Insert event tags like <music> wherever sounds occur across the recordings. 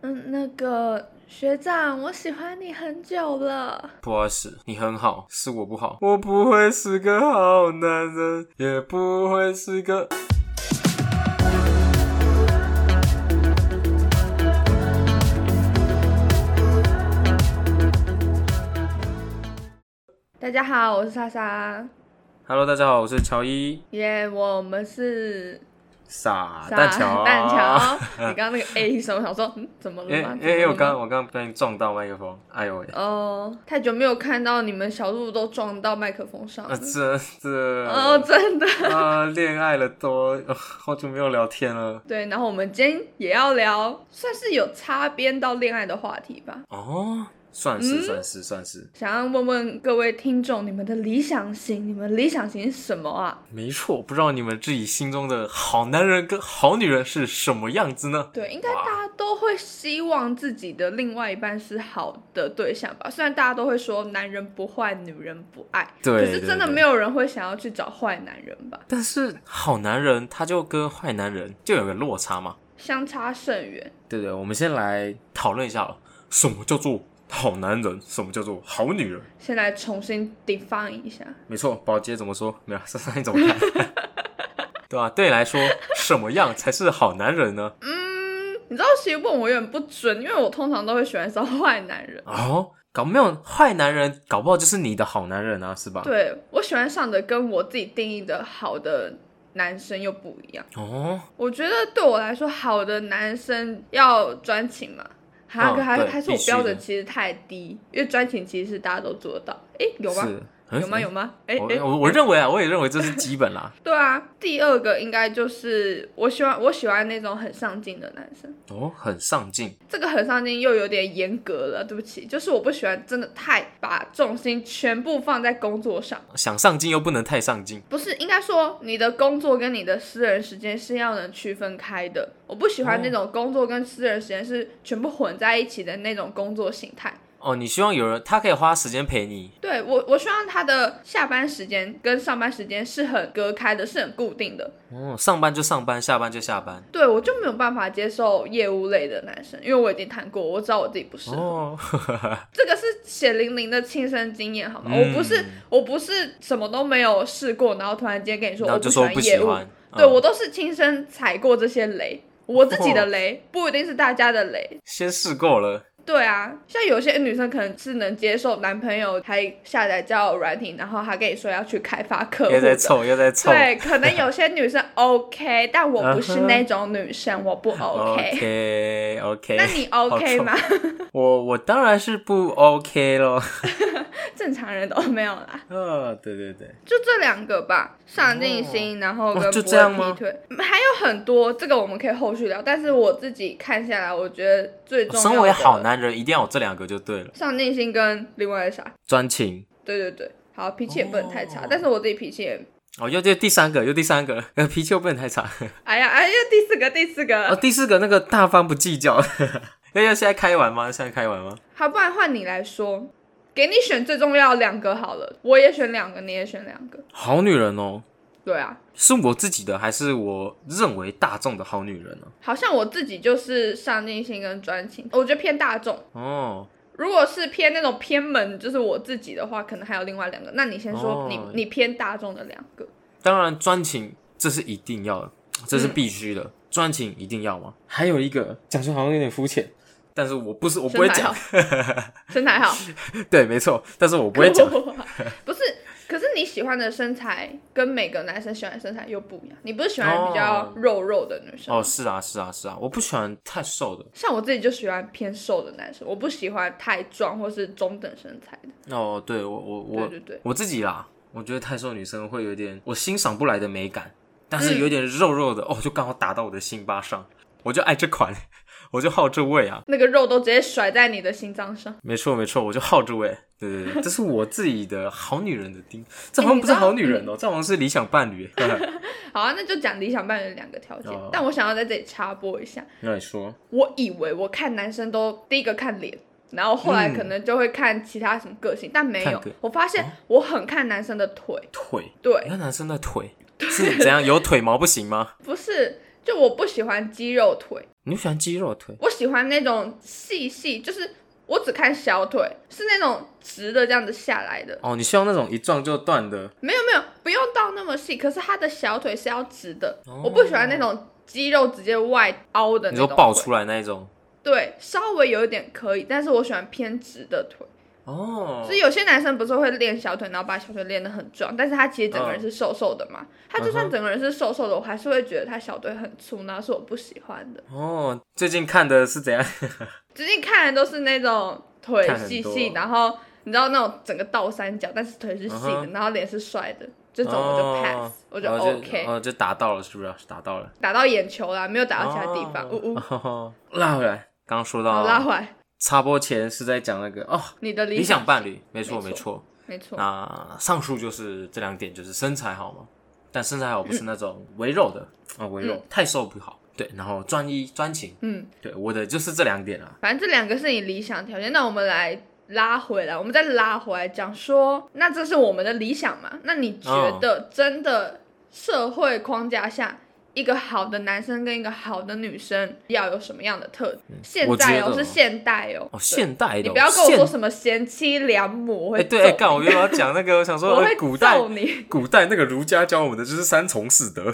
嗯，那个学长，我喜欢你很久了。不好意思，你很好，是我不好，我不会是个好男人，也不会是个。大家好，我是莎莎， Hello，大家好，我是乔伊，耶、我们是傻傻啊蛋乔， <laughs> 啊蛋乔。 <laughs> 你刚刚那个 A 一声，我想说，嗯，怎么了哎吗？哎哎，怎么我了刚吗我刚刚不小心撞到麦克风，哎呦喂！哦、太久没有看到你们小鹿都撞到麦克风上了啊，。这这哦、真的。啊，恋爱了多， <laughs> 呃好久没有聊天了。对，然后我们今天也要聊，算是有擦边到恋爱的话题吧。哦，算嗯是算是算是，想要问问各位听众，你们的理想型，你们理想型是什么啊？没错。不知道你们自己心中的好男人跟好女人是什么样子呢？对，应该大家都会希望自己的另外一半是好的对象吧。虽然大家都会说男人不坏，女人不爱，可对是真的对对没有人会想要去找坏男人吧？但是好男人他就跟坏男人就有个落差嘛。相差甚远。对对，我们先来讨论一下哦，什么叫做好男人，什么叫做好女人？先来重新 define 一下，没错，宝洁怎么说？没有，珊珊你怎么看？ <laughs> 对吧、啊对你来说，什么样才是好男人呢？你知道，其实问我有点不准，因为我通常都会喜欢找坏男人。哦，搞没有坏男人，搞不好就是你的好男人啊，是吧？。对我喜欢上的跟我自己定义的好的男生又不一样。哦，我觉得对我来说，好的男生要专情嘛，哈、嗯可还对还是我必须标准的其实太低，因为专情其实是大家都做得到。诶，有吗？是。嗯有吗？有？吗？诶嗯诶，我我我认为啊，我也认为这是基本啦。对啊。第二个应该就是我喜欢我喜欢那种很上进的男生，哦，很上进，这个很上进又有点严格了，对不起，就是我不喜欢真的太把重心全部放在工作上。想上进又不能太上进。不是，应该说你的工作跟你的私人时间是要能区分开的。我不喜欢哦那种工作跟私人时间是全部混在一起的那种工作形态。哦，你希望有人他可以花时间陪你，对我，我希望他的下班时间跟上班时间是很隔开的，是很固定的。哦，上班就上班，下班就下班。对我就没有办法接受业务类的男生，因为我已经谈过，我知道我自己不适合。哦，这个是血淋淋的亲身经验，好吗？嗯我不是，我不是什么都没有试过，然后突然间跟你说 <laughs> 然我后就喜说欢不业喜务，欢。对嗯我都是亲身踩过这些雷，我自己的雷、不一定是大家的雷。先试过了， <laughs> 对啊，像有些女生可能是能接受男朋友还下载交友软体，然后还跟你说要去开发客户又在的。凑，又在凑。对，可能有些 <laughs> 女生 OK，但我不是那种女生，我不 OK。嗯 OK <laughs> 那 OK，你 <laughs> 好 OK 臭吗？我我当然是不 OK <laughs> 咯。正常人都没有啦，啊，对对对，就这两个吧，上进心，然后跟哦不就会这样吗劈腿，嗯还有很多，这个我们可以后续聊。但是我自己看下来，我觉得最重要的身为好男人一定要有这两个就对了，上进心跟另外的啥？专情。对对对，好，脾气也不能太差，哦但是我自己脾气也，哦，又就第三个，又第三个，呃，脾气又不能太 <laughs> 差。哎呀哎呀，第四个第四个，哦，第四个那个大方不计较。 <laughs> 要要现在开完吗？现在开完吗？好，不然换你来说，给你选最重要的两个好了，我也选两个，你也选两个，好女人哦，对啊，是我自己的还是我认为大众的好女人呢、哦好像我自己就是上进心跟专情，我觉得偏大众。哦，如果是偏那种偏门，就是我自己的话，可能还有另外两个。那你先说哦你、你偏大众的两个，当然专情这是一定要的，这是必须的，专、情一定要嘛。嗯还有一个讲出好像有点肤浅，但是我不是我不会身材讲 <laughs> 好，身材好，对，没错，但是我不会讲。 <laughs> 不是，可是你喜欢的身材跟每个男生喜欢的身材又不一样。你不是喜欢比较哦肉肉的女生吗？哦，是啊，是啊，是啊，我不喜欢太瘦的。像我自己就喜欢偏瘦的男生，我不喜欢太壮或是中等身材的。哦，对我我我对对对，我自己啦，我觉得太瘦女生会有点我欣赏不来的美感，但是有点肉肉的、哦，就刚好打到我的心巴上，我就爱这款， <laughs> 我就好这味啊，那个肉都直接甩在你的心脏上。没错没错，我就好这味，对 <laughs> 对对，这是我自己的好女人的定，这哎好像你不知是道好女人哦，这好像是理想伴侣。 <laughs> 好啊，那就讲理想伴侣的两个条件。哦但我想要在这里插播一下，那你说，我以为我看男生都第一个看脸，然后后来可能就会看其他什么个性，但没有嗯看个。我发现哦我很看男生的腿， <laughs> 腿，对 <laughs> 你，看男生的腿是怎样有腿毛不行吗？不是，就我不喜欢肌肉腿，你不喜欢肌肉腿？我喜欢那种细细，就是我只看小腿，是那种直的这样子下来的。哦，你希望那种一撞就断的，没有没有，不用到那么细，可是他的小腿是要直的，哦我不喜欢那种肌肉直接外凹的 <laughs> 你那说种。爆出来那一种。对，稍微有一点可以，但是我喜欢偏直的腿。哦所，以有些男生不是会练小腿，然后把小腿练得很壮，但是他其实整个人嗯是瘦瘦的嘛。他就嗯算哼整个人是瘦瘦的，我还是会觉得他小腿很粗，然后是我不喜欢的。哦，最近看的是怎样？最近看的都是那种腿看很细多细，然后你知道那种整个倒三角，但是腿是细嗯的，哼然后脸是帅的，这种我就 pass，、哦我就哦 OK，、哦，就达到了，是不是？达到了。打到眼球啦，没有打到其他地方。哦呜呜、哦 <laughs> 拉回来，刚刚说好拉到回来，插播前是在讲那个哦，你的理理想伴侣，没错没没错。没错，那上述就是这两点，就是身材好嘛，但身材好不是那种围肉的啊，围肉嗯太瘦不好。对，然后专一专情，嗯，对，我的就是这两点啊。反正这两个是你理想条件，那我们来拉回来，我们再拉回来讲说，那这是我们的理想嘛？那你觉得真的社会框架下，一个好的男生跟一个好的女生要有什么样的特质？现代我哦觉，得哦是现代哦，哦，对现代的你哦，不要跟我现说什么贤妻良母，我哎、会对，哎揍干、我又要讲那个，我想说， <laughs> 我呃会古代揍你，古代那个儒家教我们的就是三从四德，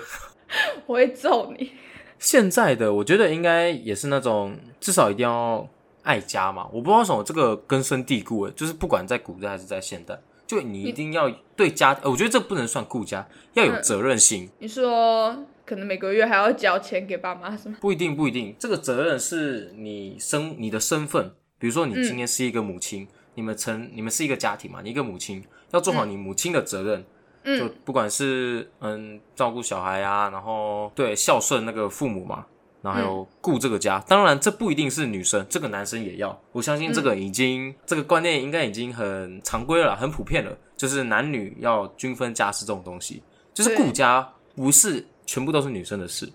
我会揍你。现在的我觉得应该也是那种至少一定要爱家嘛。我不知道为什么这个根深蒂固，哎就是不管在古代还是在现代，就你一定要对家，呃我觉得这不能算顾家，要有嗯责任心。你说可能每个月还要交钱给爸妈是吗？不一定，不一定，这个责任是你身你的身份。比如说，你嗯今天是一个母亲，你们成你们是一个家庭嘛，你一个母亲要做好你母亲的责任，就嗯不管是嗯照顾小孩啊，然后对孝顺那个父母嘛，然后嗯还有顾这个家。当然，这不一定是女生，这个男生也要。我相信这嗯个已经、这个观念应该已经很常规了啦，很普遍了，就是男女要均分家事这种东西，就是顾对家不是全部都是女生的事，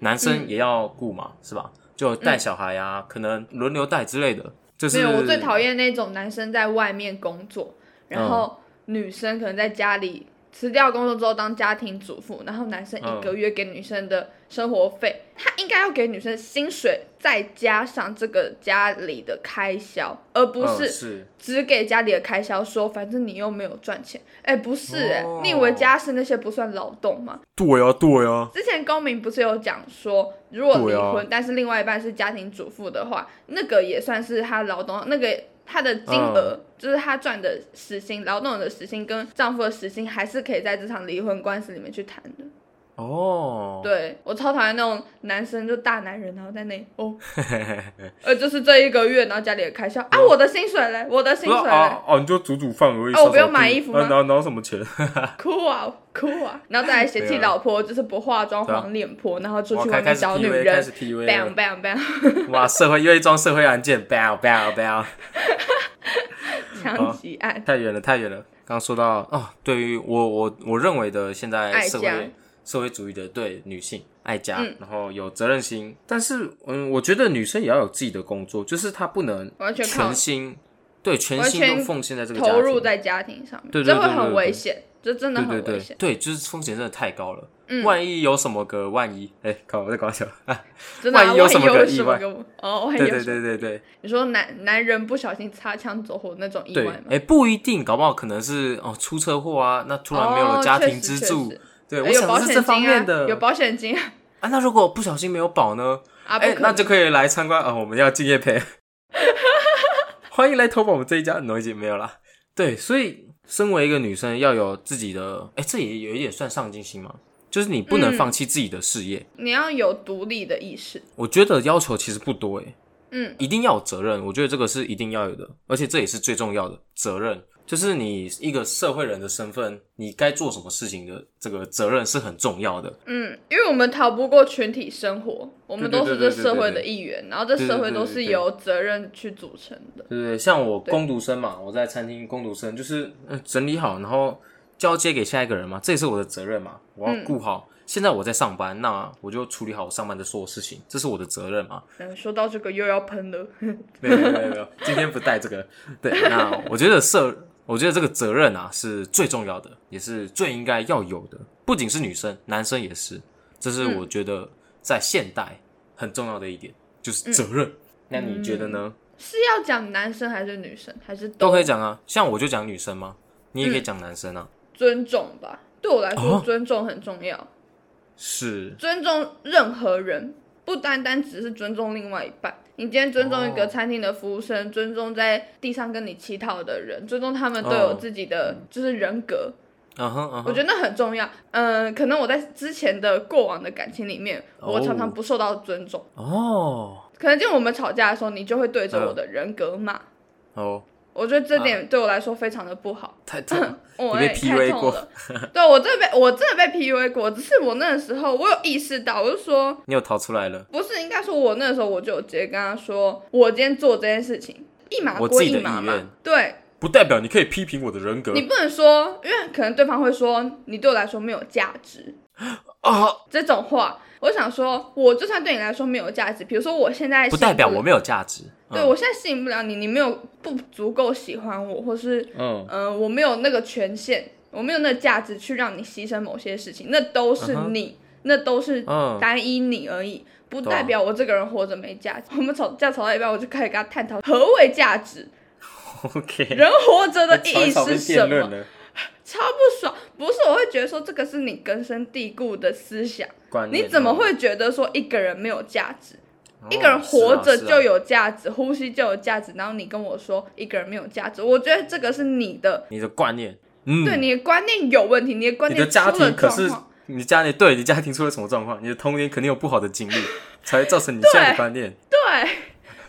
男生嗯也要顾嘛，是吧？就带小孩啊，可能轮流带之类的。就是没有，我最讨厌那种男生在外面工作，嗯然后女生可能在家里辞掉工作之后当家庭主妇，然后男生嗯一个月给女生的生活费，他应该要给女生薪水，再加上这个家里的开销，而不嗯是是只给家里的开销说，反正你又没有赚钱。哎，不是哎、哦你以为家事那些不算劳动吗？对啊，对啊，之前公民不是有讲说，如果对离啊婚，但是另外一半是家庭主妇的话，那个也算是他劳动，那个他的金额、嗯就是他赚的时薪，劳动的时薪跟丈夫的时薪，还是可以在这场离婚官司里面去谈的。哦，对我超讨厌那种男生就大男人，然后在那里 <laughs> 哦，呃，就是这一个月，然后家里的开销啊，我的薪水嘞，我的薪不是水嘞，啊哦哦，你就煮煮饭而已。哦我不扫扫用买地衣服啊吗拿拿什么钱？哭啊哭啊，然后再来嫌弃哦对啊老婆就是不化妆对啊黄脸婆，然后出哇去开外开面始找女 PUA，开人始 PUA ，bang 了。 bang bang。 <laughs> 哇，社会又一桩社会案件，bang bang bang，啊枪击案。太远了，太远了。刚说到哦，对于我我我认为的现在爱社家会社会主义的对女性爱家，嗯然后有责任心，但是嗯，我觉得女生也要有自己的工作，就是她不能完全靠全心对全完心全都奉献在这个家投入庭。在家庭上面，对对对这会对对很危对险，这真的对很对危对险。对，就是风险真的太高了。嗯万一有什么个万一，哎、靠，我在搞笑。真的啊，万一有万什么一个有意什么外个哦， <laughs> 万一对有对什么？对对对，你说男男人不小心擦枪走火那种意对，外哎、吗？不一定，搞不好可能是哦出车祸啊，那突然没有了哦家确庭实支确柱，实对，哎我有想保的险是这方金面啊，的有保险金啊，啊。那如果不小心没有保呢？啊不哎、可那能就可以来参观啊、我们要敬业培， <laughs> 欢迎来投保我们这一家，no 已经没有啦。对，所以身为一个女生，要有自己的，哎、这也有一点算上进心嘛，就是你不能嗯放弃自己的事业。你要有独立的意识。我觉得要求其实不多、诶嗯，一定要有责任，我觉得这个是一定要有的，而且这也是最重要的责任，就是你一个社会人的身份，你该做什么事情的这个责任是很重要的。嗯，因为我们逃不过群体生活，我们对对都是对这对对社会对的一员，然后这对社对会对都对是对由责任去组成的。对不对？像我工读生嘛，我在餐厅工读生，就是嗯整理好，然后交接给下一个人嘛，这也是我的责任嘛，我要顾好。现在我在上班，那我就处理好我上班的所有事情，这是我的责任嘛。嗯，说到这个又要喷了，没有没有没有没有，今天不带这个。对，那我觉得社，我觉得这个责任啊是最重要的，也是最应该要有的，不仅是女生，男生也是。这是我觉得在现代很重要的一点就是责任。那你觉得呢？是要讲男生还是女生，还是都可以以讲啊，像我就讲女生嘛，你也可以讲男生啊。尊重吧？对我来说，哦尊重很重要，是，尊重任何人，不单单只是尊重另外一半。你今天尊重一哦个餐厅的服务生，尊重在地上跟你乞讨的人，尊重他们都哦有自己的就是人格。嗯哼嗯我哼，觉得那很重要。嗯、可能我在之前的过往的感情里面，哦我常常不受到尊重。哦可能就我们吵架的时候，你就会对嗯着我的人格骂。哦，我觉得这点对我来说非常的不好。太太，嗯我你也被太 PUA 痛过了。对我真的被我真的被 PUA 过，只是我那个时候我有意识到，我就说你有逃出来了，不是，应该说我那时候我就有直接跟他说，我今天做这件事情一码我归自己一的码意愿嘛。对不代表你可以批评我的人格你不能说，因为可能对方会说你对我来说没有价值。啊，这种话，我想说，我就算对你来说没有价值，比如说我现在不吸代引表了我没有嗯价值。对我现在吸引不了你，你没有不足够喜欢我，或是嗯，嗯、呃我没有那个权限，我没有那个价值去让你牺牲某些事情，那都是嗯哼你那都是嗯啊单一你而已，不懂代表我这个人活着没价值。 <laughs> 我们吵架吵到一半，我就开始跟他探讨何谓价值，嗯，OK，人活着的意义吵一吵是变什辩么论？了，超不爽，不是我会觉得说这个是你根深蒂固的思想。观念你怎么哦会觉得说一个人没有价值？哦一个人活着是啊是啊就有价值，呼吸就有价值。然后你跟我说一个人没有价值，我觉得这个是你的，你的观念，嗯，对你的观念有问题，你的观你念的家出了庭可状是况。你的家里对你家庭出了什么状况？你的童年肯定有不好的经历，才会造成你现在的观念。对，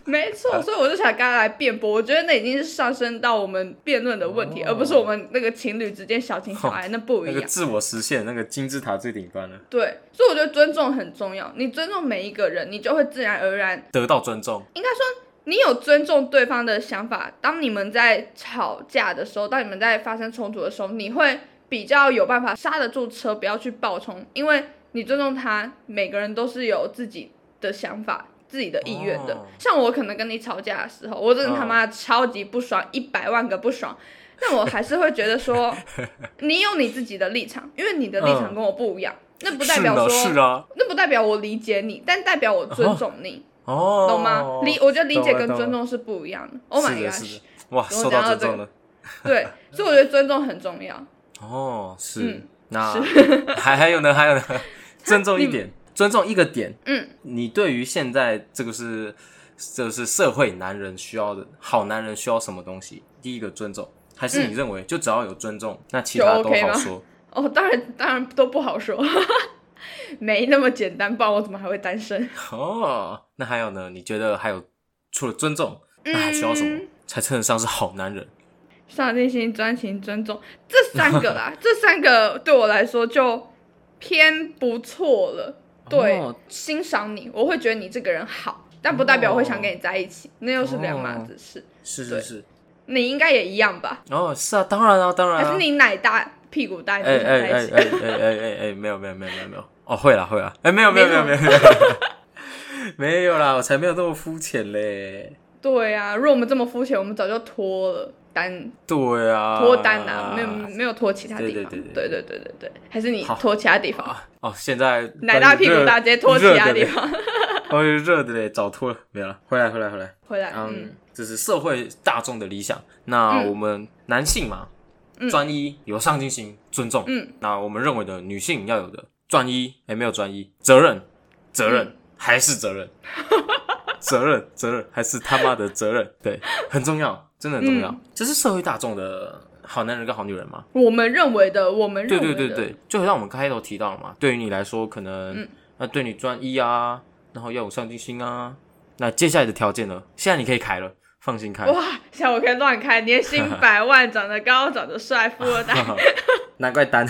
没错，所以我就想跟他来辩驳。我觉得那已经是上升到我们辩论的问题，哦而不是我们那个情侣之间小情小爱，那不那一个样。自我实现，那个金字塔最顶端了，对，所以我觉得尊重很重要。你尊重每一个人，你就会自然而然得到尊重。应该说，你有尊重对方的想法。当你们在吵架的时候，当你们在发生冲突的时候，你会比较有办法刹得住车，不要去爆冲，因为你尊重他。每个人都是有自己的想法、自己的意愿的。哦像我可能跟你吵架的时候，我真的他妈超级不爽，一百万个不爽。但我还是会觉得 <laughs> 说，你有你自己的立场，因为你的立场嗯跟我不一样，那不代是表说，呢，是啊，那不代表我理解你，但代表我尊重你。哦，懂吗？理，我觉得理解跟懂了尊重是不一样的。Oh 是 my 的，是 gosh，的， <laughs> 哇，我受讲到到尊这重个了。对，所以我觉得尊重很重要。哦，是嗯，那还还有呢，还 <laughs> 有呢，尊重一点，尊重一个点。嗯，你对于现在这个是这是社会男人需要的好男人需要什么东西？第一个尊重，还是你认为就只要有尊重，那其嗯就他都 OK 好吗说？哦，当然，当然都不好说， <laughs> 没那么简单，不然我怎么还会单身？哦，那还有呢？你觉得还有除了尊重，那还需要什么、嗯才称得上是好男人？上进心、专情、尊重，这三个 <laughs> 啦，这三个对我来说就偏不错了。对，哦欣赏你，我会觉得你这个人好，但不代表我会想跟你在一起，那又是两码哦子事。是是对是，你应该也一样吧？哦，是啊，当然啊，当然、还啊是。你奶大屁股大，你不哎想哎在一哎起？哎哎哎哎哎，没有没有没有没有没有，哦，会啦会啦，哎、没有没有没没有有没有没有，没有啦，我才没有那么肤浅嘞。对啊，如果我们这么肤浅，我们早就脱了单对啊，脱单啊，没有没有脱其他地方。对对对对对对对对还是你好脱其他地方，啊哦，现在奶大屁股大直接脱其他地， <laughs> 方哦热的嘞，早脱了，没有了，回来回来回来。回来。嗯嗯，这是社会大众的理想。那嗯我们男性嘛，嗯专一、有上进心、尊重。嗯，那我们认为的女性要有的专一，哎、没有专一，责任，责任、嗯还是 <laughs> 责任，责任，责任还是他妈的责任，对，很重要，真的很重要。嗯这是社会大众的好男人跟好女人嘛？我们认为的，我们认对为对的，对对，就回到我们开头提到了嘛，对于你来说，可能、嗯那对你专一啊，然后要有上进心啊。那接下来的条件呢？现在你可以开了，放心开。哇，像我可以乱开，年薪百万，长得高，长得帅，富二代，难怪单，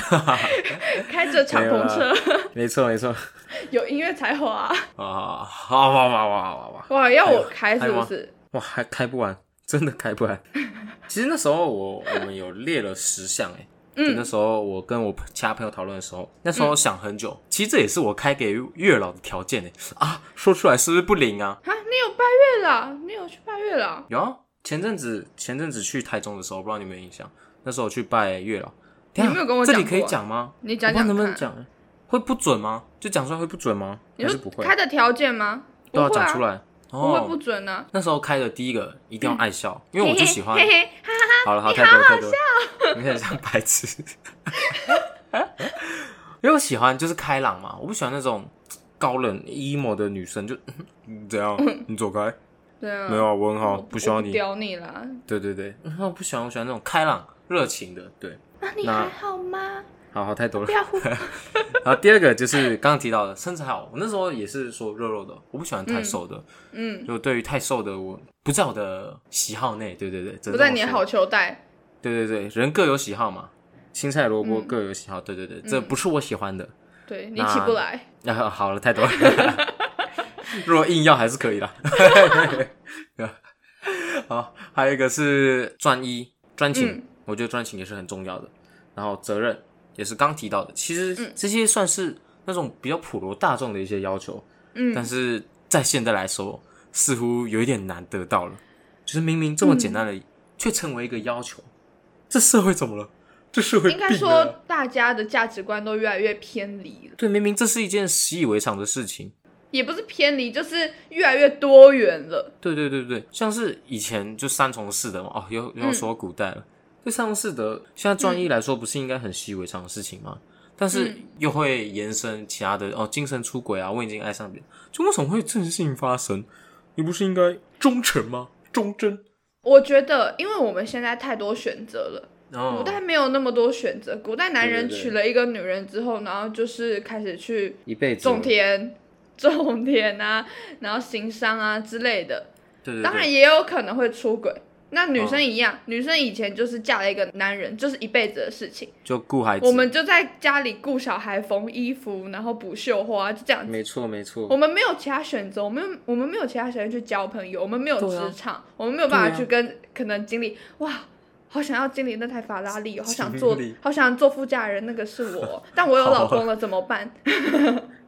开着敞篷车，没错没错啊，有音乐才华。好好好好好好好，哇，要还有我开是还有不吗是？哇，还开不完，真的开不完。其实那时候我我们有列了十项哎、就那嗯，时候我跟我其他朋友讨论的时候，那时候想很久，其实这也是我开给月老的条件哎、啊，说出来是不是不灵啊？啊，你有拜月啦？你有去拜月啦？有啊，前阵子前阵子去台中的时候，不知道你有没有印象？那时候我去拜月老，你等一下没有跟我这讲里可以过啊讲吗？你我讲不知道讲能不能看。讲？会不准吗？就讲出来会不准吗？你还是说不会？开的条件吗？都要不会讲啊出来。不会不哦，准啊呢、那时候开的第一个一定要爱笑，因为我就喜欢嘿。嘿，好了，好，太多了，太多了，你很像白痴。 <laughs> 因为我喜欢就是开朗嘛，我不喜欢那种高冷 emo 的女生，就 <laughs> 你怎样，你走开，对啊，没有啊，我很好，我不需要我你。屌你啦。对对对，嗯我不喜欢，我喜欢那种开朗、热情的。对，那你那还好吗？好好太多了不。要 <laughs> 胡，然后第二个就是刚刚提到的身材好，我那时候也是说肉肉的，我不喜欢太瘦的，嗯，就对于太瘦的我不在我的喜好内。对对对，只能不在这么你的说好球带。对对对，人各有喜好嘛，青菜萝卜嗯各有喜好。对对对，这不是我喜欢的。对你那起不来，然后 <laughs> 好了，太多了。 <laughs> 如果硬要还是可以啦。 <laughs> 好，还有一个是专一、专情，嗯我觉得专情也是很重要的。然后责任也是刚提到的，其实嗯这些算是那种比较普罗大众的一些要求，但嗯，是在现在来说，似乎有一点难得到了。就是明明这么简嗯单的，却成为一个要求，这社会怎么了？这社会应该病了说大家的价值观都越来越偏离了，对，明明这是一件习以为常的事情。也不是偏离，就是越来越多元了。对对对对，像是以前就三从四德嘛，哦，又又嗯要说古代了。对三从四德，现在专一来说，不是应该很习以为常的事情吗？但是嗯又会延伸其他的哦，精神出轨啊，我已经爱上别人，就为什么会这件事情发生？你不是应该忠诚吗？忠贞？我觉得，因为我们现在太多选择了，哦，古代没有那么多选择。古代男人对对对娶了一个女人之后，然后就是开始去一辈子种，田、种田啊，然后行商啊之类的。对对对，哦当然也有可能会出轨。那女生一样，女生以前就是嫁了一个男人，就是一辈子的事情。就顾孩子。我们就在家里顾小孩、缝衣服，然后补绣花，就这样子。没错没错，我们没有其他选择，我们我们没有其他时间去交朋友，我们没有对啊职场，我们没有办对法啊去跟、可能经历哇。好想要经历那台法拉利哦，好想经坐历，好想坐副驾人，那个是我， <laughs> 但我有老公了怎么办？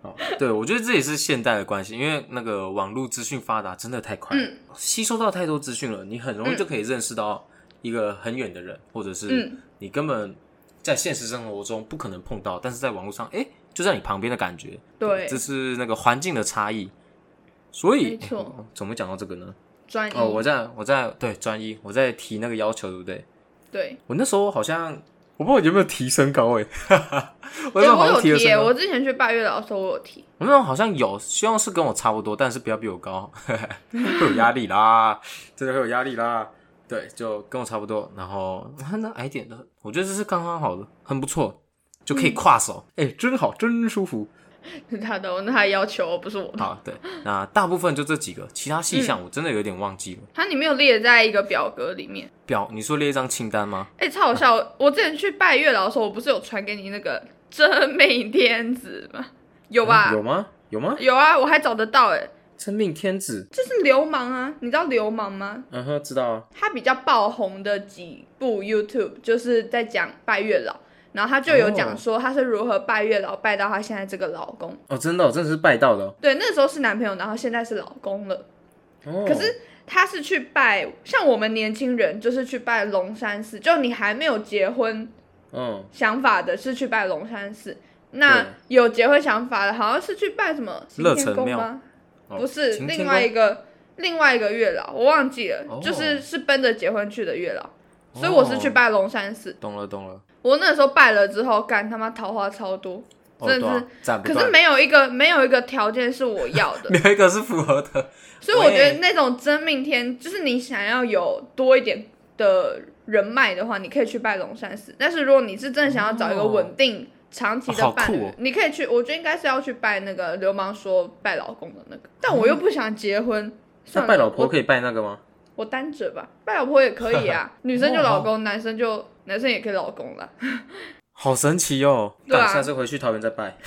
哦， <laughs> 对，我觉得这也是现代的关系，因为那个网络资讯发达真的太快了，嗯吸收到太多资讯了，你很容易嗯就可以认识到一个很远的人，或者是嗯你根本在现实生活中不可能碰到，但是在网络上，哎、就在你旁边的感觉。对这是那个环境的差异。所没以，错嗯诶怎么讲到这个呢？专一、哦，我在我在对专一，我在提那个要求，对不对？对，我那时候好像我不知道有没有提身高、欸，哎， <laughs> 我那诶时候好我有像提了提身耶，高。我之前去拜月老的时候我有提，我那种好像有，希望是跟我差不多，但是不要比我高， <laughs> 会有压力啦， <laughs> 真的会有压力啦。对，就跟我差不多，然后 <laughs> 那矮点的，我觉得这是刚刚好的，很不错，就可以跨手，哎、真好，真舒服。是 <laughs> 他的，那他的要求不是我的。好，对，那大部分就这几个，其他细项我真的有点忘记了。他你没有列在一个表格里面。表，你说列一张清单吗？哎、超好笑！我之前去拜月老的时候，我不是有传给你那个真命天子吗？有吧？有吗？嗯有吗？有啊，我还找得到哎、真命天子，就是流氓啊，你知道流氓吗？嗯哼，知道啊。他比较爆红的几部 YouTube 就是在讲拜月老，然后他就有讲说他是如何拜月老，拜到他现在这个老公。哦，真的、哦，真的是拜到的、哦。对，那时候是男朋友，然后现在是老公了。哦、可是他是去拜，像我们年轻人就是去拜龙山寺，就你还没有结婚嗯，想法的是去拜龙山寺，对那有结婚想法的好像是去拜什么行乐天成宫庙吗？哦不是，晴天另外宫一个另外一个月老，我忘记了，哦就是是奔着结婚去的月老，所以哦我是去拜龙山寺。懂了，懂了。我那时候拜了之后，干他妈桃花超多，哦，真的对啊是斩不可是断没有一个没有一个条件是我要 <laughs> 的，没有一个是符合的。所以我觉喂得那种真命天，就是你想要有多一点的人脉的话，你可以去拜龙山寺。但是如果你是真的想要找一个哦稳定、长期哦好的伴酷侣，哦你可以去。我觉得应该是要去拜那个流氓说拜老公的那个，但我又不想结婚， <laughs> 那算拜了老婆我可以拜那个吗？我单着吧，拜老婆也可以 <laughs> 啊，女生就老公，男生就男生也可以老公啦。好神奇哦！对啊干下次回去桃园再拜。 <laughs>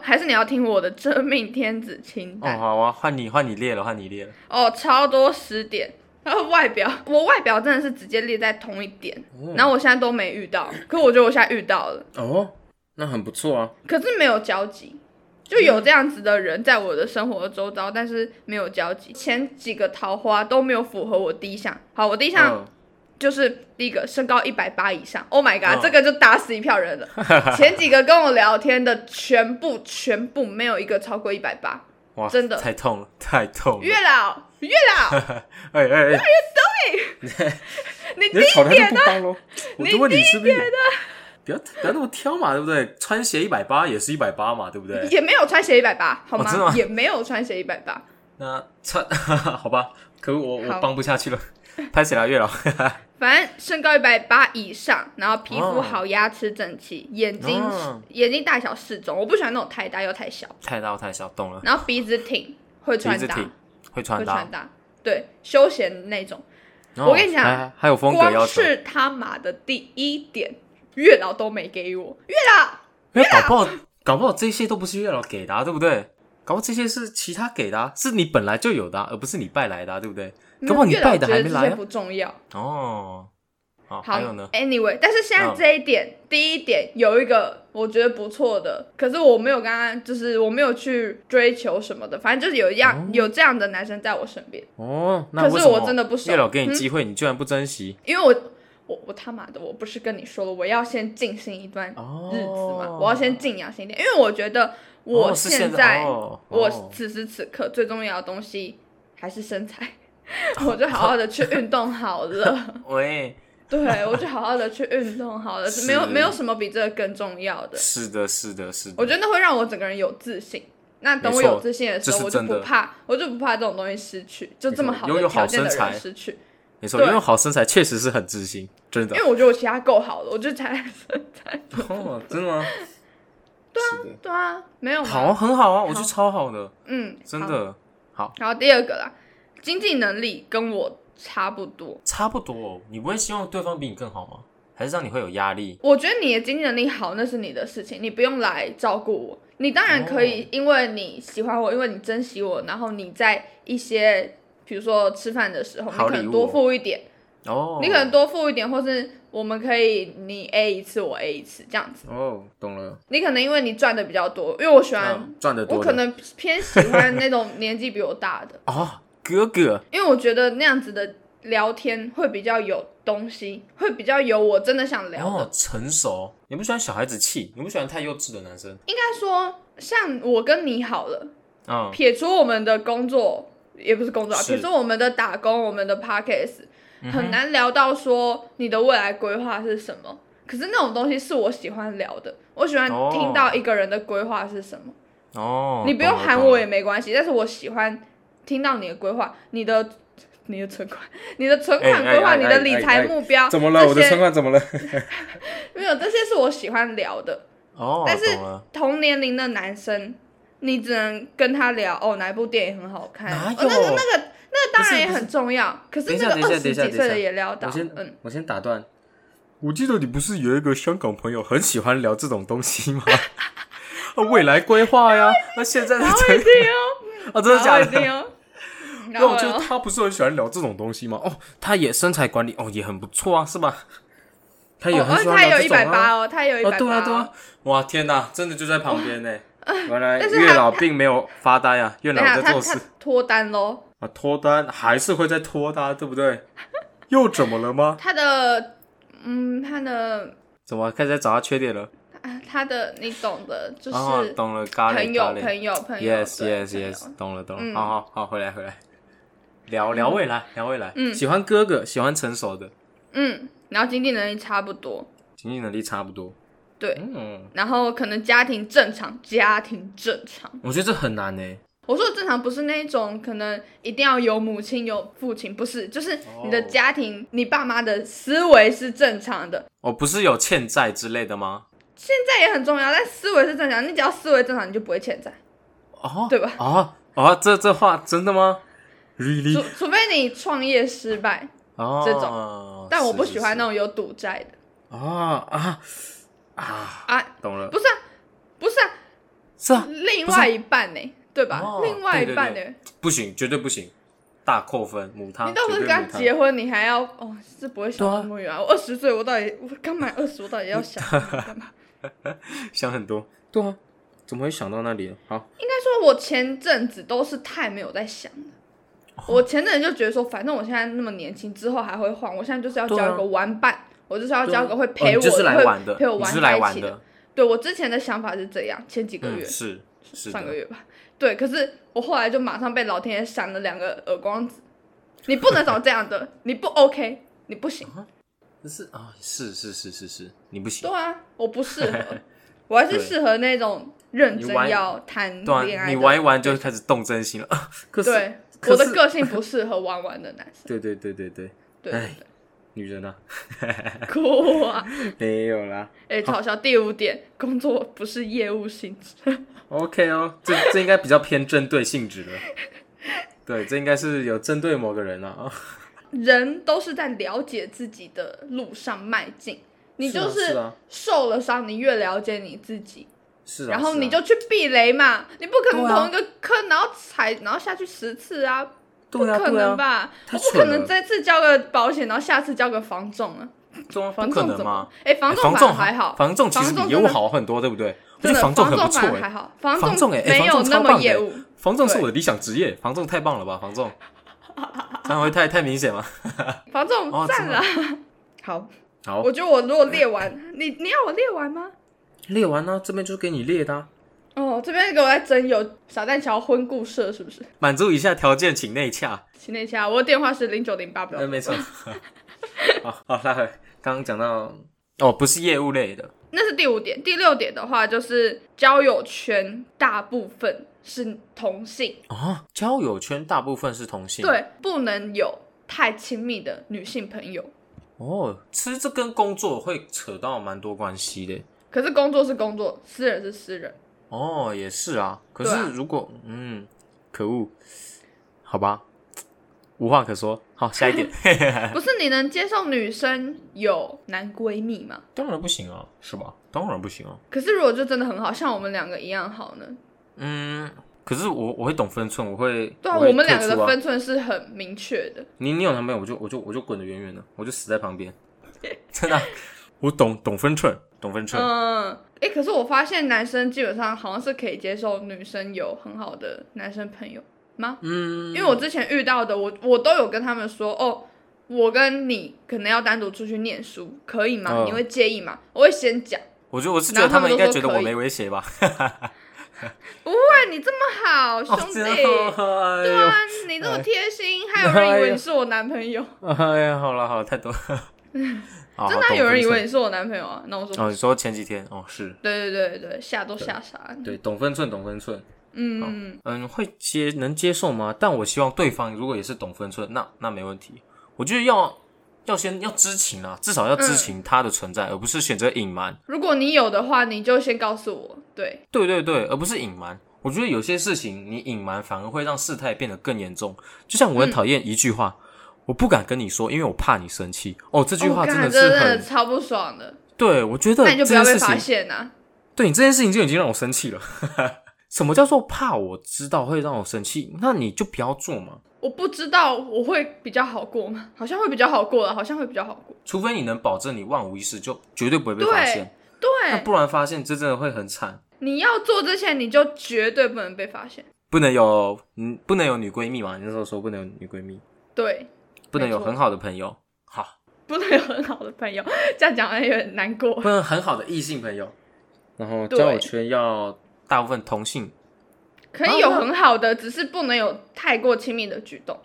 还是你要听我的真命天子清哦，单好啊，换你换你列了，换你列了。哦，超多十点。然后外表，我外表真的是直接列在同一点，哦然后我现在都没遇到，可我觉得我现在遇到了，哦，那很不错啊。可是没有交集，就嗯有这样子的人在我的生活周遭，但是没有交集。前几个桃花都没有符合我第一项。好，我第一项嗯就是第一个身高一百八以上，Oh my god，、嗯这个就打死一票人 <laughs> 了。前几个跟我聊天的全部全部没有一个超过一百八，哇，真的太痛了，太痛了！月老月老，哎哎哎，你 <laughs> 你的炒台就不高喽，我就问你是不是有？不要不要那么挑嘛，对不对？穿鞋一百八也是一百八嘛，对不 <laughs> 对？也没有穿鞋一百八，好哦真的吗吗？也没有穿鞋一百八，那穿 <laughs> 好吧，可我我好帮不下去了， <laughs> 拍起来月老。 <laughs> 反正身高一百八以上，然后皮肤哦好，牙齿整齐，眼睛嗯眼睛大小适中，我不喜欢那种太大又太小，太大太小，懂了。然后鼻子挺，会鼻穿子搭，挺，会会穿搭穿。搭，对，休闲那种。哦我跟你讲还还有风格要光求。是他妈的第一点，月老都没给我，月老没有，搞不好搞不好这些都不是月老给的、啊，对不对？搞不好这些是其他给的、啊，是你本来就有的啊、而不是你拜来的、啊，对不对？搞不好你嗯月老拜的觉还得没这来些啊、不重要。哦，好好，还有呢？ ，Anyway，但是现在嗯这一点，第一点有一个我觉得不错的，可是我没有跟他，就是我没有去追求什么的，反正就是有一样、哦有这样的男生在我身边，哦，那可是为什么我真的不熟月老给你机会，你居然不珍惜？因为我我我他妈的，我不是跟你说了，我要先进行一段日子哦嘛，我要先静养心一点，因为我觉得我哦是现在、哦我哦此时此刻最重要的东西还是身 <laughs> 材，我就好好哦的去运动好了。喂，对，我就好好的去运动好了，是没有没有什么比这个更重要的。是的，是的，是我的，觉得那会让我整个人有自信。那等我没错有自信的时这候，是我就真的不怕，我就不怕这种东西失去，就这么没错好拥有的好条件的身材人失去。没错，对拥有好身材确实是很自信，真的因为。我觉得我其他够好了，我就才才哦，真的吗？对啊，是 <laughs> 对啊，没有的吗好啊，，很好啊，我觉得超好的，嗯，真好。的好，然后第二个啦，经济能力跟我差不多，差不多哦。你不会希望对方比你更好吗？还是让你会有压力？我觉得你的经济能力好那是你的事情，你不用来照顾我。你当然可哦以，因为你喜欢我，因为你珍惜我，然后你在一些比如说吃饭的时候，你好可礼能物多哦付一点，哦，你可能多付一点，或是我们可以你 A 一次，我 A 一次这样子。哦，懂了，你可能因为你赚的比较多，因为我喜欢，嗯，赚的多啊我的，可能偏喜欢那种年纪比我大的。 <laughs> 哦，哥哥，因为我觉得那样子的聊天会比较有东西，会比较有我真的想聊的。哦，成熟，你不喜欢小孩子气，你不喜欢太幼稚的男生，应该说，像我跟你好了，嗯，撇除我们的工作，也不是工作啊，是撇除我们的打工，我们的 p o d c a s 嗯 t 很难聊到说你的未来规划是什么。可是那种东西是我喜欢聊的，我喜欢哦听到一个人的规划是什么。哦，你不用懂了喊懂我了也没关系，但是我喜欢听到你的规划，你的。 <laughs> 你的存款、 <laughs> 你的存款哎哎规划、哎你的哎理哎财哎目标，这些款怎么了？没有，这些是我喜欢聊的。哦， <laughs> 但是懂了同年龄的男生，你只能跟他聊哦，哪一部电影很好看。哪哦、那有个那个那个当不是然也很重要，可是等一那下个二等一下等十一下几岁等的一下也聊到我先， <laughs> 嗯，我先打断。我记得你不是有一个香港朋友很喜欢聊这种东西 <laughs> 吗？啊未来规划呀，那现在的然后一这定哦，啊，真的假然后一的？定哦。然那后我觉得呢他不是很喜欢聊这种东西吗？哦，他也身材管理哦，也很不错啊，是吧？他也哦，很哦喜欢他聊有这一种百八啊。哦，他有一哦，百对啊，对八啊。，哇，天哪，真的就在旁 <laughs> 边呢。原来但是月他老并没有发呆啊，月老等一下，在他做他事脱单喽，啊，脱单还是会再脱单，对不对？ <laughs> 又怎么了吗？他的嗯，他的怎么开始在找他缺点了？啊他的你懂的，就是哦，懂了，咖喱朋友咖喱朋友朋友 Yes, 对 yes, 朋友 yes，懂了，懂嗯了。好好好，回来回来，聊聊未来，聊未来。嗯喜欢哥哥，喜欢成熟的，嗯，然后经济能力差不多，经济能力差不多。对嗯，然后可能家庭正常，家庭正常。我觉得这很难欸呢。我说的正常不是那一种可能一定要有母亲有父亲，不是，就是你的哦家庭，你爸妈的思维是正常的。哦，不是有欠债之类的吗？现在也很重要，但思维是正常，你只要思维正常，你就不会欠债，哦，对吧？哦哦，这这话真的吗除？Really？除非你创业失败，哦，这种但我不喜欢那种有赌债的种啊啊啊，啊，懂了，不是啊，不是啊，是啊，另不是啊外一半呢、对吧？哦另外一对对半呢、对不行，绝对不行，大扣分，母汤，你都不是跟绝对他母汤结婚，你还要哦，是不会对想啊那么远、啊。我二十岁，我到底我刚满二十，我到底要 <laughs> 想什么干嘛？想很多，对啊，怎么会想到那里呢？好，应该说，我前阵子都是太没有在想了，哦我前阵子就觉得说，反正我现在那么年轻，之后还会换，我现在就是要交一个玩伴，我就是要交一个会啊哦陪你我、就是来玩的，会陪我你是在来一起玩。的，对我之前的想法是这样，前几个嗯，月、是是上个的，月吧，对，可是我后来就马上被老天爷扇了两个耳光子，你不能找这样的，你不 OK，你不行。可是啊，是是是是是，你不行对，啊，我不适 <laughs> 合，我还是对适合那种认你真玩要谈对恋啊，爱你的。玩一玩就开始动真心了。 <laughs> 啊可是，对，可我的是个性不适合玩玩的男 <laughs> 生。对对对对对，对哎对女人啊， <laughs> 对，哭啊！没有啦。哎，超好笑。第五点，工作不是业务性质。 OK 哦，这这应该比较偏针对性质的。对，这应该是有针对某个人了啊。人都是在了解自己的路上迈进，你是就啊是啊受了伤，你越了解你自己，是啊，然后是啊你就去避雷嘛。你不可能对啊同一个坑，然后踩，然后下去十次啊，不对啊可对能啊，吧？太我不可蠢能了这次交个保险，然后下次交个房仲啊？对啊，不房可仲能怎嘛么？？哎，房哎仲仲还好，房仲其实房仲比业真务的好很多，对不对？我真觉得的房房仲很不错反而还哎。好，房房仲哎哎没房有仲那超么棒的业哎务。房仲是对我的理想职业，房仲太棒了吧？房仲，这样会太太明显了。房仲哦赞真的了。 <laughs> 好，好，我觉得我如果列完，你你要我列完吗？列完呢、这边就是给你列的、啊，哦，这边给我在真有傻蛋桥婚顾社是不是？满足以下条件，请内洽。请那一下，我的电话是零九零八呃，不没错。 <laughs> 好好，拉回来。刚刚讲到哦，不是业务类的，那是第五点，第六点的话就是交友圈大部分是同性，哦，交友圈大部分是同性。，对，不能有太亲密的女性朋友。哦，其实这跟工作会扯到蛮多关系的。可是工作是工作，私人是私人。哦，也是啊。可对啊是如果、嗯，可恶，好吧，无话可说。好，下一 <laughs> 点。哎不是你能接受女生有男闺蜜吗？当然不行啊，是吧？当然不行啊。可是如果就真的很好，像我们两个一样好呢？嗯，可是我我会懂分寸，我会对啊，我会我们两退个出的啊分寸是很明确的。你你有男朋友，我就我就我就滚得远远的，我就死在 <laughs> 旁边。 <laughs> 真的啊、我懂懂分寸，懂分寸。嗯，哎、可是我发现男生基本上好像是可以接受女生有很好的男生朋友吗？嗯，因为我之前遇到的，我我都有跟他们说，哦，我跟你可能要单独出去念书，可以吗？嗯你会介意吗？我会先讲，我觉得我是觉然得后他们他们都应该说觉得可我以没威胁吧，喂，你这么哦好，兄弟， <laughs> 对啊，啊你这么贴心，还有人以为你是我男朋 <laughs> 友，哎呀，好了好了，太 <laughs> 多了。好真的有人以。啊为好懂分寸你是我男朋友啊？那我说，哦，你说前几天哦，是对对对对，吓都吓傻了。对，懂分寸，懂分寸。嗯，嗯，会接能接受吗？但我希望对方如果也是懂分寸，那那没问题。我觉得要要先要知情啊，至少要知情他的存在，嗯而不是选择隐瞒。如果你有的话，你就先告诉我，对。对对对，而不是隐瞒。我觉得有些事情你隐瞒反而会让事态变得更严重。就像我嗯很讨厌一句话，我不敢跟你说，因为我怕你生气。哦，这句我话真干的这是真很的超不爽的。对，我觉得那你就这不要件被事发情，现啊！对你这件事情就已经让我生气了。 <laughs> 什么叫做怕我知道会让我生气？那你就不要做嘛，我不知道我会比较好过吗？ <laughs> 好像会比较好过了，好像会比较好过。除非你能保证你万无一失，就绝对不会被对发现。那对，不然发现这真的会很惨，你要做之前，你就绝对不能被发现。不能有嗯，不能有女闺蜜嘛？你那时候说不能有女闺蜜，对，不能有没错很好的朋友，好，不能有很好的朋友，这样讲好像有点难过。不能很好的异性朋友。然后对交友圈要大部分同性可以有很好的，只是不能有太过亲密的举动，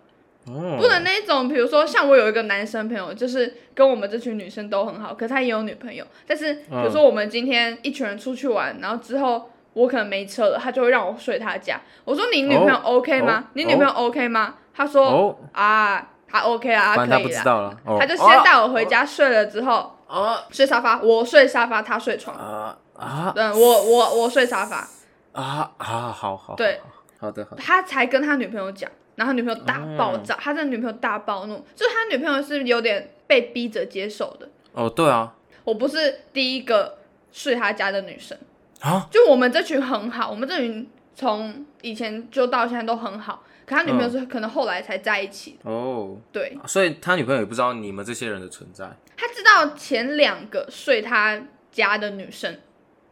哦，不能那种，比如说像我有一个男生朋友，就是跟我们这群女生都很好，可他也有女朋友，但是嗯比如说我们今天一群人出去玩，然后之后我可能没车了，他就会让我睡他家。我说你女朋友哦 OK 吗？哦你女朋友 OK 吗？他说、哦，啊，他 OK 啊，反正可他以不知啦。道了，哦他就先带我回家睡了之后，哦睡沙发，我睡沙发，他睡床。啊啊嗯，我我我睡沙发，啊啊，好好，对好，好的好的，他才跟他女朋友讲，然后他女朋友大爆炸，他真的女朋友大暴怒，就是他女朋友是有点被逼着接受的。哦对啊我不是第一个睡他家的女生，啊就我们这群很好，我们这群从以前就到现在都很好，可他女朋友是可能后来才在一起的，哦，对所以他女朋友也不知道你们这些人的存在，他知道前两个睡他家的女生，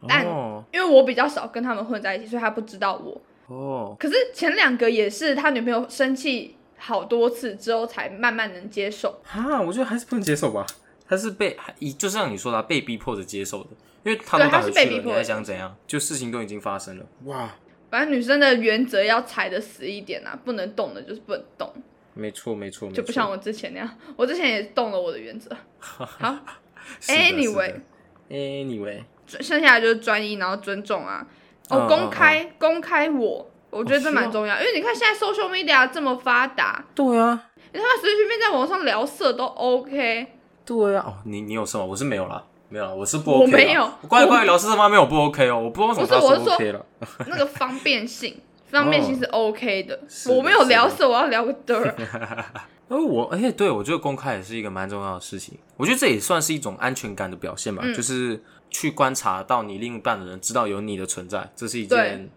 但哦因为我比较少跟他们混在一起，所以他不知道我。哦可是前两个也是他女朋友生气好多次之后，才慢慢能接受。哈，我觉得还是不能接受吧。他是被，还以就像你说的啊、被逼迫着接受的，因为他都对他打是回去被了，逼迫你的还想怎样？就事情都已经发生了，哇，反正女生的原则要踩的死一点啊，不能动的就是不能动，没错没错，没就不错像我之前那样，我之前也动了我的原则。好，是的是的 Anyway anyway，剩下的就是专一，然后尊重啊。哦，嗯哦公开、公开我，我觉得这需蛮要重要，因为你看现在 social media 这么发达，对啊你他妈随随便便在网上聊色都 OK。对啊，哦，你你有事吗？我是没有啦，没有啦，我是不我 OK，啦没有关于关于聊事这方面我不 OK 哦，我不知道为什么不是他我是说 OK 了，那个方便 <laughs> 性，方便性是 OK 的。嗯是的我没有聊是色，我要聊个嘚 <laughs> 儿。而我，而且对我觉得公开也是一个蛮重要的事情。我觉得这也算是一种安全感的表现吧，嗯就是去观察到你另一半的人知道有你的存在，这是一对件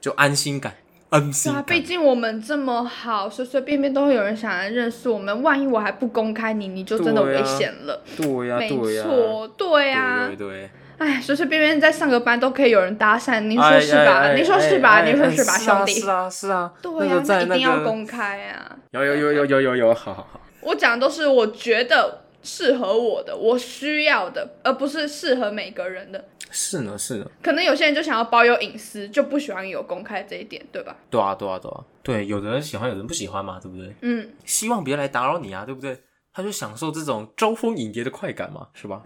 就安心感、安对心啊，感毕。竟我们这么好，随随便便都会有人想来认识我们。万一我还不公开你，你就真的对危啊险了。对呀、没啊对呀、错，对呀对对。对，哎，随随便便在上个班都可以有人搭讪，您说哎是哎吧？哎您说哎是吧？哎您说哎是吧，啊兄弟是？啊，是啊。对那呀个，那在一那定要个公开啊！有有有有有有有，好好好。我讲的都是我觉得适合我的，我需要的，而不是适合每个人的。是呢，是呢，可能有些人就想要保有隐私，就不喜欢有公开这一点，对吧？对啊，对啊，对啊，对，有的人喜欢，有的人不喜欢嘛，对不对？嗯，希望别来打扰你啊，对不对？他就享受这种招蜂引蝶的快感嘛，是吧？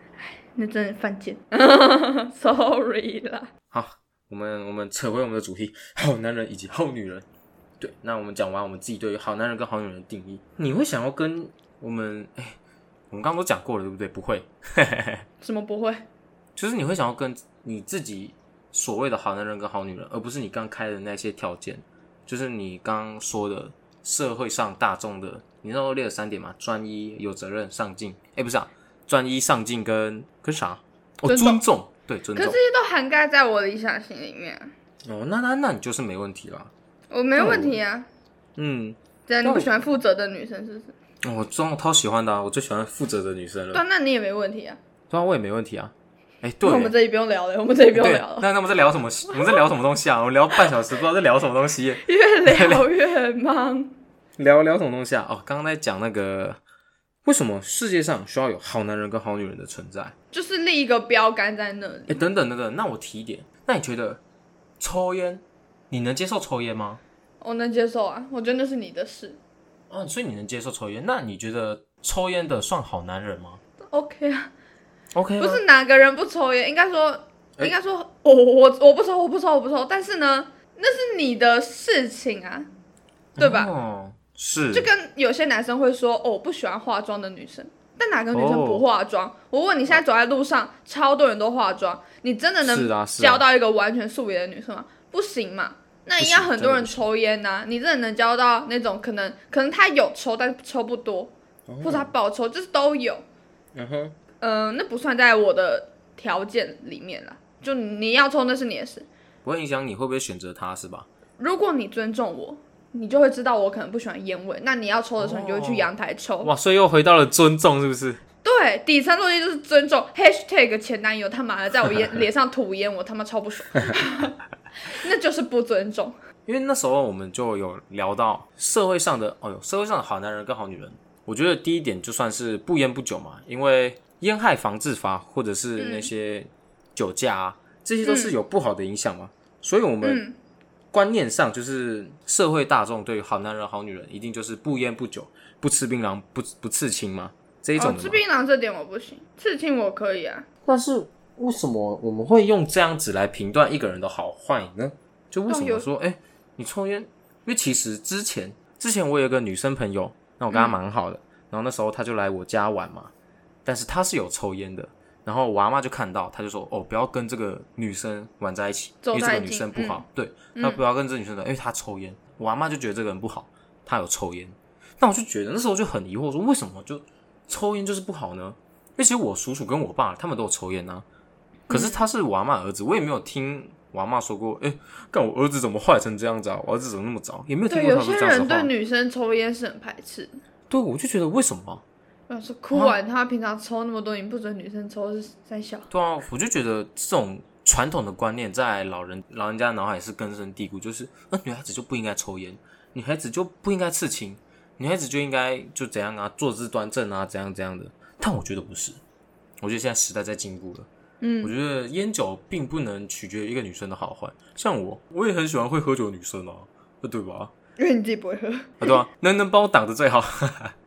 那真的犯贱 <laughs> ，sorry 啦。好，我们我们扯回我们的主题， <laughs> 好男人以及好女人。对，那我们讲完我们自己对于好男人跟好女人的定义，你会想要跟我们？哎，我们刚刚都讲过了，对不对？不会，什么不会？就是你会想要跟你自己所谓的好男人跟好女人，而不是你刚开的那些条件，就是你刚刚说的社会上大众的，你那时候列了三点嘛：专一、有责任、上进。哎，不是啊，专一、上进跟跟啥？哦，尊重尊重，对，尊可是重这。些都涵盖在我理想型里面啊，哦，那那那你就是没问题啦。我没问题啊。嗯，这样你但不我喜欢负责的女生是不是？哦我真的超喜欢的、啊，我最喜欢负责的女生对啊了。，那你也没问题啊。对啊，我也没问题啊。哎、对那我们这里不用聊了，我们这里不用对聊，了， <laughs> 那那我们在聊什么？我们在聊什么东西啊？我们聊半小时，不知道在聊什么东西耶。 <laughs> 越聊越忙。聊聊什么东西啊？哦，刚刚在讲那个为什么世界上需要有好男人跟好女人的存在？哎、就是立一个标杆在那里。等等等等，那我提一点，那你觉得抽烟，你能接受抽烟吗？我能接受啊，我觉得那是你的事哦，所以你能接受抽烟，那你觉得抽烟的算好男人吗，OK 啊， ？OK 吗不是哪个人不抽烟，应该说，哎应该说我我我不抽，我不抽，我不抽，但是呢，那是你的事情啊，对吧？哦，是，就跟有些男生会说，哦，我不喜欢化妆的女生。但哪个女生哦不化妆我问你，现在走在路上，超多人都化妆，你真的是能啊是啊交到一个完全素颜的女生吗？不行嘛。那一样不行很多真的人不行抽烟呐、你真的能交到那种可能可能她有抽，但是抽不多，哦或者他报酬，就是都有。嗯哼，嗯、那不算在我的条件里面啦。就你要抽，那是你的事。不会影响你会不会选择他是吧？如果你尊重我，你就会知道我可能不喜欢烟味。那你要抽的时候，哦你就会去阳台抽。哇，所以又回到了尊重，是不是？对，底层逻辑就是尊重。#hashtag 前男友他妈的在我 <laughs> 烟脸上吐烟，我他妈超不爽。 <laughs> 那就是不尊重。因为那时候我们就有聊到社会上的，哦哟，社会上的好男人跟好女人。我觉得第一点就算是不烟不酒嘛，因为烟害防治法或者是那些酒驾啊，这些都是有不好的影响嘛。所以我们嗯，观念上就是社会大众对于好男人好女人一定就是不烟不酒，不吃槟榔，不不刺青嘛，这一种哦的，嘛。吃槟榔这点我不行，刺青我可以啊。但是为什么我们会用这样子来评断一个人的好坏呢？就为什么说，哎、你抽烟？因为其实之前之前我有一个女生朋友，那我跟她蛮好的，然后那时候她就来我家玩嘛，但是她是有抽烟的，然后我阿妈就看到，她就说，哦，不要跟这个女生玩在一起，因走为这太个女近生不好，对，嗯她不要跟这个女生的，因为她抽烟，我阿妈就觉得这个人不好，她有抽烟，那我就觉得那时候就很疑惑，说为什么就抽烟就是不好呢？因为其实我叔叔跟我爸他们都有抽烟啊，可是他是我阿妈儿子，我也没有听我阿妈说过，哎、干我儿子怎么坏成这样子啊？我儿子怎么那么糟？也没有听对，过有他说些这样子人的对话。女生抽烟是很排斥的。对，我就觉得为什么啊？我想说，哭完他平常抽那么多，你不准女生抽是三小。对啊，我就觉得这种传统的观念在老人老人家脑海是根深蒂固，就是那、呃女孩子就不应该抽烟，女孩子就不应该刺青，女孩子就应该就怎样啊，坐姿端正啊，怎样怎样的。但我觉得不是，我觉得现在时代在进步了。我嗯，觉得烟酒并不能取决于一个女生的好坏。像我，我也很喜欢会喝酒的女生啊，对吧？因为你自己不会喝。啊，对吧？能能帮我挡着最好。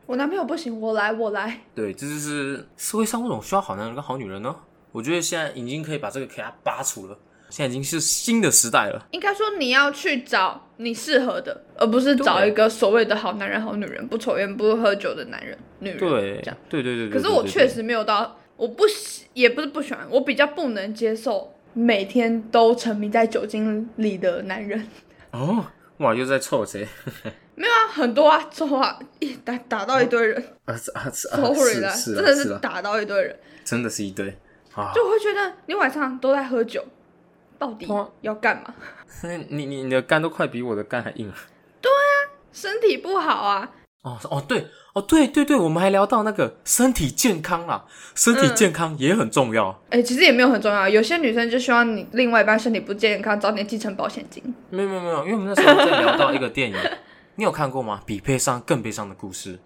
我男朋友不行，我来，我来。对，这就是社会上为什么需要好男人跟好女人呢？我觉得现在已经可以把这个给它拔除了，现在已经是新的时代了。应该说你要去找你适合的，而不是找对一个所谓的好男人、好女人，不抽烟、不喝酒的男人、女人。对，这样对对对对。可是对我对确实没有到，我不喜，也不是不喜欢，我比较不能接受每天都沉迷在酒精里的男人。哦，哇，又在臭谁？啊，很多啊，抽啊，一打打到一堆人、啊是啊 s 是 o 啊 r r y 啦，是真啊的是是啊，打到一堆人，真的是一堆啊！就我会觉得你晚上都在喝酒，到底对啊要干嘛？你你你的肝都快比我的肝还硬了。身体不好啊，哦是哦对哦对对对，我们还聊到那个身体健康啦，身体嗯健康也很重要。啊哎、其实也没有很重要。有些女生就希望你另外一半身体不健康，早点继承保险金。没有没有没有，因为我们那时候在聊到一个 <laughs> 电影，你有看过吗？比悲伤更悲伤的故事。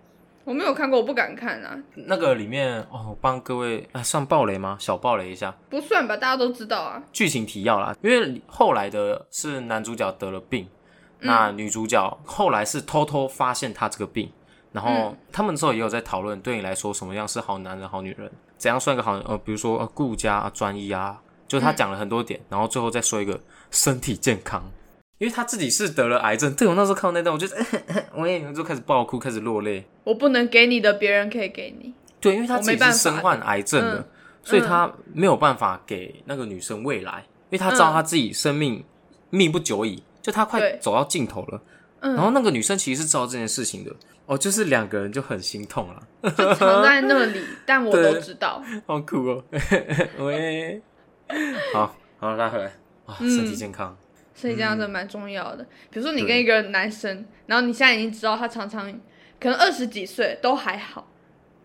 我没有看过，我不敢看啊，那个里面哦，我帮各位啊算暴雷吗？小暴雷一下不算吧，大家都知道啊。剧情提要啦，因为后来的是男主角得了病，那女主角后来是偷偷发现他这个病，然后嗯他们那时候也有在讨论，对你来说什么样是好男人、好女人，怎样算一个好人呃，比如说呃顾家啊、专一啊，就他讲了很多点，然后最后再说一个身体健康。因为他自己是得了癌症，对我那时候看到那段，我就 <laughs> 我也就开始爆哭，开始落泪。我不能给你的，别人可以给你。对，因为他我自哦己没办是法身患癌症的，嗯所以他没有办法给那个女生未来，因为他知道他自己生命命不久矣，就他快对走到尽头了。嗯然后那个女生其实是知道这件事情的，哦，就是两个人就很心痛了，就藏在那 <laughs> 里，但我对都知道。好苦哦。 <laughs> 喂，好好拉回来啊，嗯身体健康，所以这样嗯真的蛮重要的。比如说你跟一个男生，然后你现在已经知道他常常可能二十几岁都还好，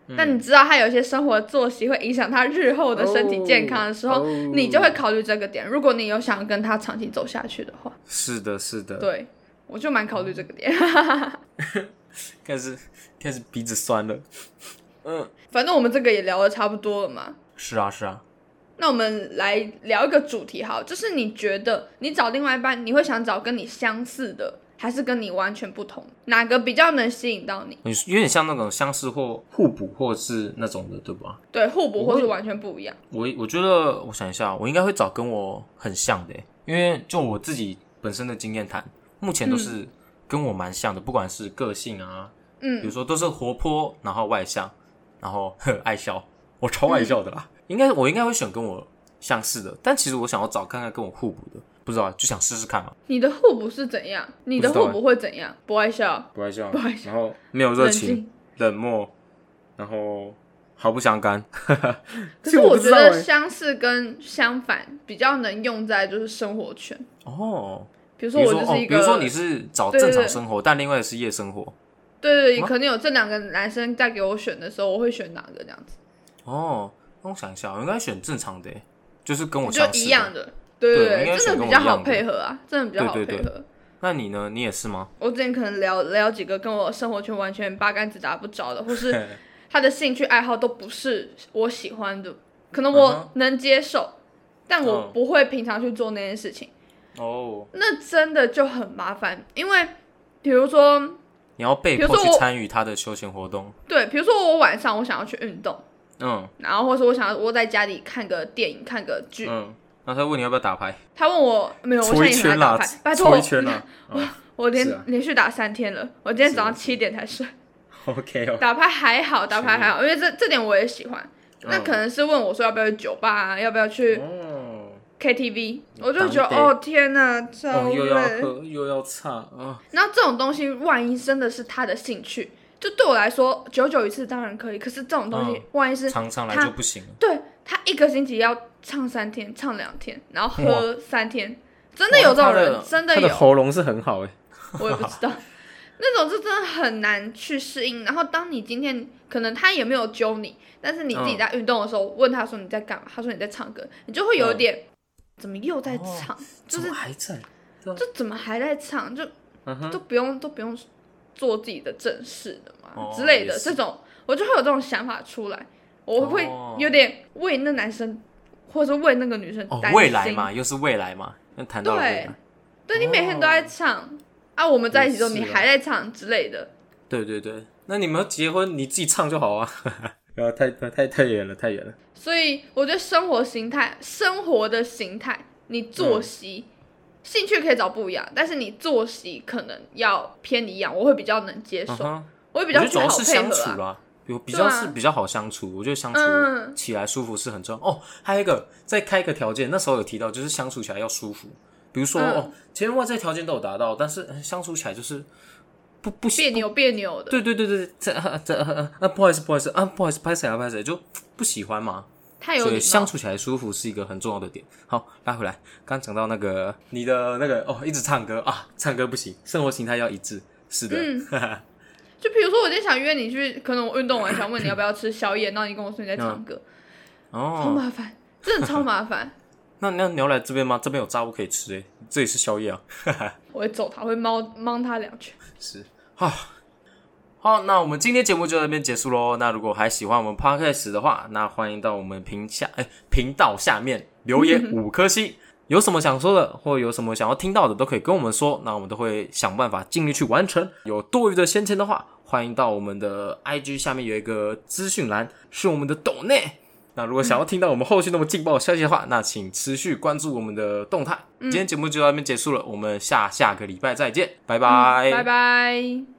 嗯但你知道他有一些生活作息会影响他日后的身体健康的时候，哦哦你就会考虑这个点。如果你有想跟他长期走下去的话，是的，是的，对我就蛮考虑这个点。 <laughs> 开始开始鼻子酸了。嗯，反正我们这个也聊的差不多了嘛。是啊，是啊，那我们来聊一个主题好，就是你觉得你找另外一半，你会想找跟你相似的，还是跟你完全不同？哪个比较能吸引到你？你有点像那种相似或互补，或是那种的，对吧？对，互补我会或是完全不一样？我我觉得，我想一下，我应该会找跟我很像的欸，因为就我自己本身的经验谈，目前都是跟我蛮像的，不管是个性啊，比如嗯，说都是活泼，然后外向，然后呵爱笑，我超爱笑的啦。应该我应该会选跟我相似的，但其实我想要找看看跟我互补的，不知道就想试试看嘛。你的互补是怎样？你的不知道欸互补会怎样？不爱笑，不爱笑不爱笑然后没有热冷情静，冷漠，然后毫不相干。 <laughs> 可这是个我不觉知道得欸相似跟相反比较能用在就是生活圈，哦，比如比说如我说就哦，是一比个，如说你是找对正对常对生活，但另外是夜生活。对对对，啊可能有这两个男生在给我选的时候，我会选哪个这样子？哦，那我想一下，我应该选正常的欸，就是跟我就相似一样的。的，对对对应对，该选真的跟比较我一好样的配合啊，真的比较好对对配对合。那你呢？你也是吗？我之前可能聊聊几个跟我生活圈完全八竿子打不着的，或 <laughs> 是他的兴趣爱好都不是我喜欢的，可能嗯哼我能接受，但我嗯不会平常去做那件事情，哦，那真的就很麻烦。因为比如说，你要被比如迫说去我参与他的休闲活动。对，比如说我晚上我想要去运动，嗯然后或是我想要窝在家里看个电影、看个剧，嗯，那他问你要不要打牌？他问我没有，我现在搓一也很爱圈啦打牌，，拜托搓我一，圈 <laughs> 啦。哦我连、是啊连续打三天了，我今天早上是啊七点才睡。 OK 哦，打牌还好，打牌还好，因为这这点我也喜欢。那嗯可能是问我说要不要去酒吧、啊，要不要去哦， KTV，我就觉得当哦得天哪，超哦又要累。喝又要唱啊，然后这种东西，万一真的是他的兴趣，就对我来说，久久一次当然可以。可是这种东西嗯，万一是常常来他就不行了。对他一个星期要唱三天，唱两天，然后喝三天，真那的有这种人，真的有。喉咙是很好哎。 <laughs> 我也不知道。那种就真的很难去适应。然后当你今天可能他也没有揪你，但是你自己嗯在运动的时候问他说你在干嘛，他说你在唱歌，你就会有点、怎么又在唱，就嗯哦怎是么还在？就怎么还在唱，就嗯哼，都不用都不用做自己的正事的嘛、哦之类也的，是这种我就会有这种想法出来，我会哦有点为那男生或者是为那个女生哦担，心。未来嘛，又是未来嘛，那谈到了未对来，，对你每天都在唱、啊，我们在一起之后哦也是你啊还在唱之类的，对对对，那你们要结婚，你自己唱就好 <laughs> 啊。不要太太太太远了，太远了。所以我觉得生活形态、生活的形态，你作嗯息、兴趣可以找不一样，但是你作息可能要偏一样，我会比较能接受，嗯哼，我会比我觉较得主要好是配相合处啊。啦，有比较是对啊比较好相处，我觉得相处嗯起来舒服是很重要。哦，还有一个再开一个条件，那时候有提到就是相处起来要舒服，比如说、嗯哦，前面外在条件都有达到，但是呃相处起来就是不不别扭别扭的，对对对对，这啊这啊啊，不好意思不好意思啊，不好意思拍谁啊拍谁，就不喜欢嘛。太有所礼以貌。相处起来舒服是一个很重要的点。好，拉回来，刚讲到那个你的那个哦，一直唱歌啊，唱歌不行，生活形态要一致。是的，嗯就比如说，我今天想约你去，可能我运动完想问你要不 <coughs> 要吃宵夜，然后你跟我说你在嗯唱歌，好哦，麻烦，真的超麻烦。 <laughs> 那那你要来这边吗？这边有炸物可以吃诶、这里是宵夜啊。我会揍他，我会猫猫他两拳。是啊。好，那我们今天节目就到这边结束喽。那如果还喜欢我们 podcast 的话，那欢迎到我们屏下哎频道下面留言五颗 <laughs> 星。有什么想说的，或有什么想要听到的，都可以跟我们说，那我们都会想办法尽力去完成。有多余的闲钱的话，欢迎到我们的 IG 下面有一个资讯栏，是我们的抖内。那如果想要听到我们后续那么劲爆的消息的话，那请持续关注我们的嗯嗯动态。今天节目就到这边结束了，我们下下个礼拜再见，拜拜，拜拜。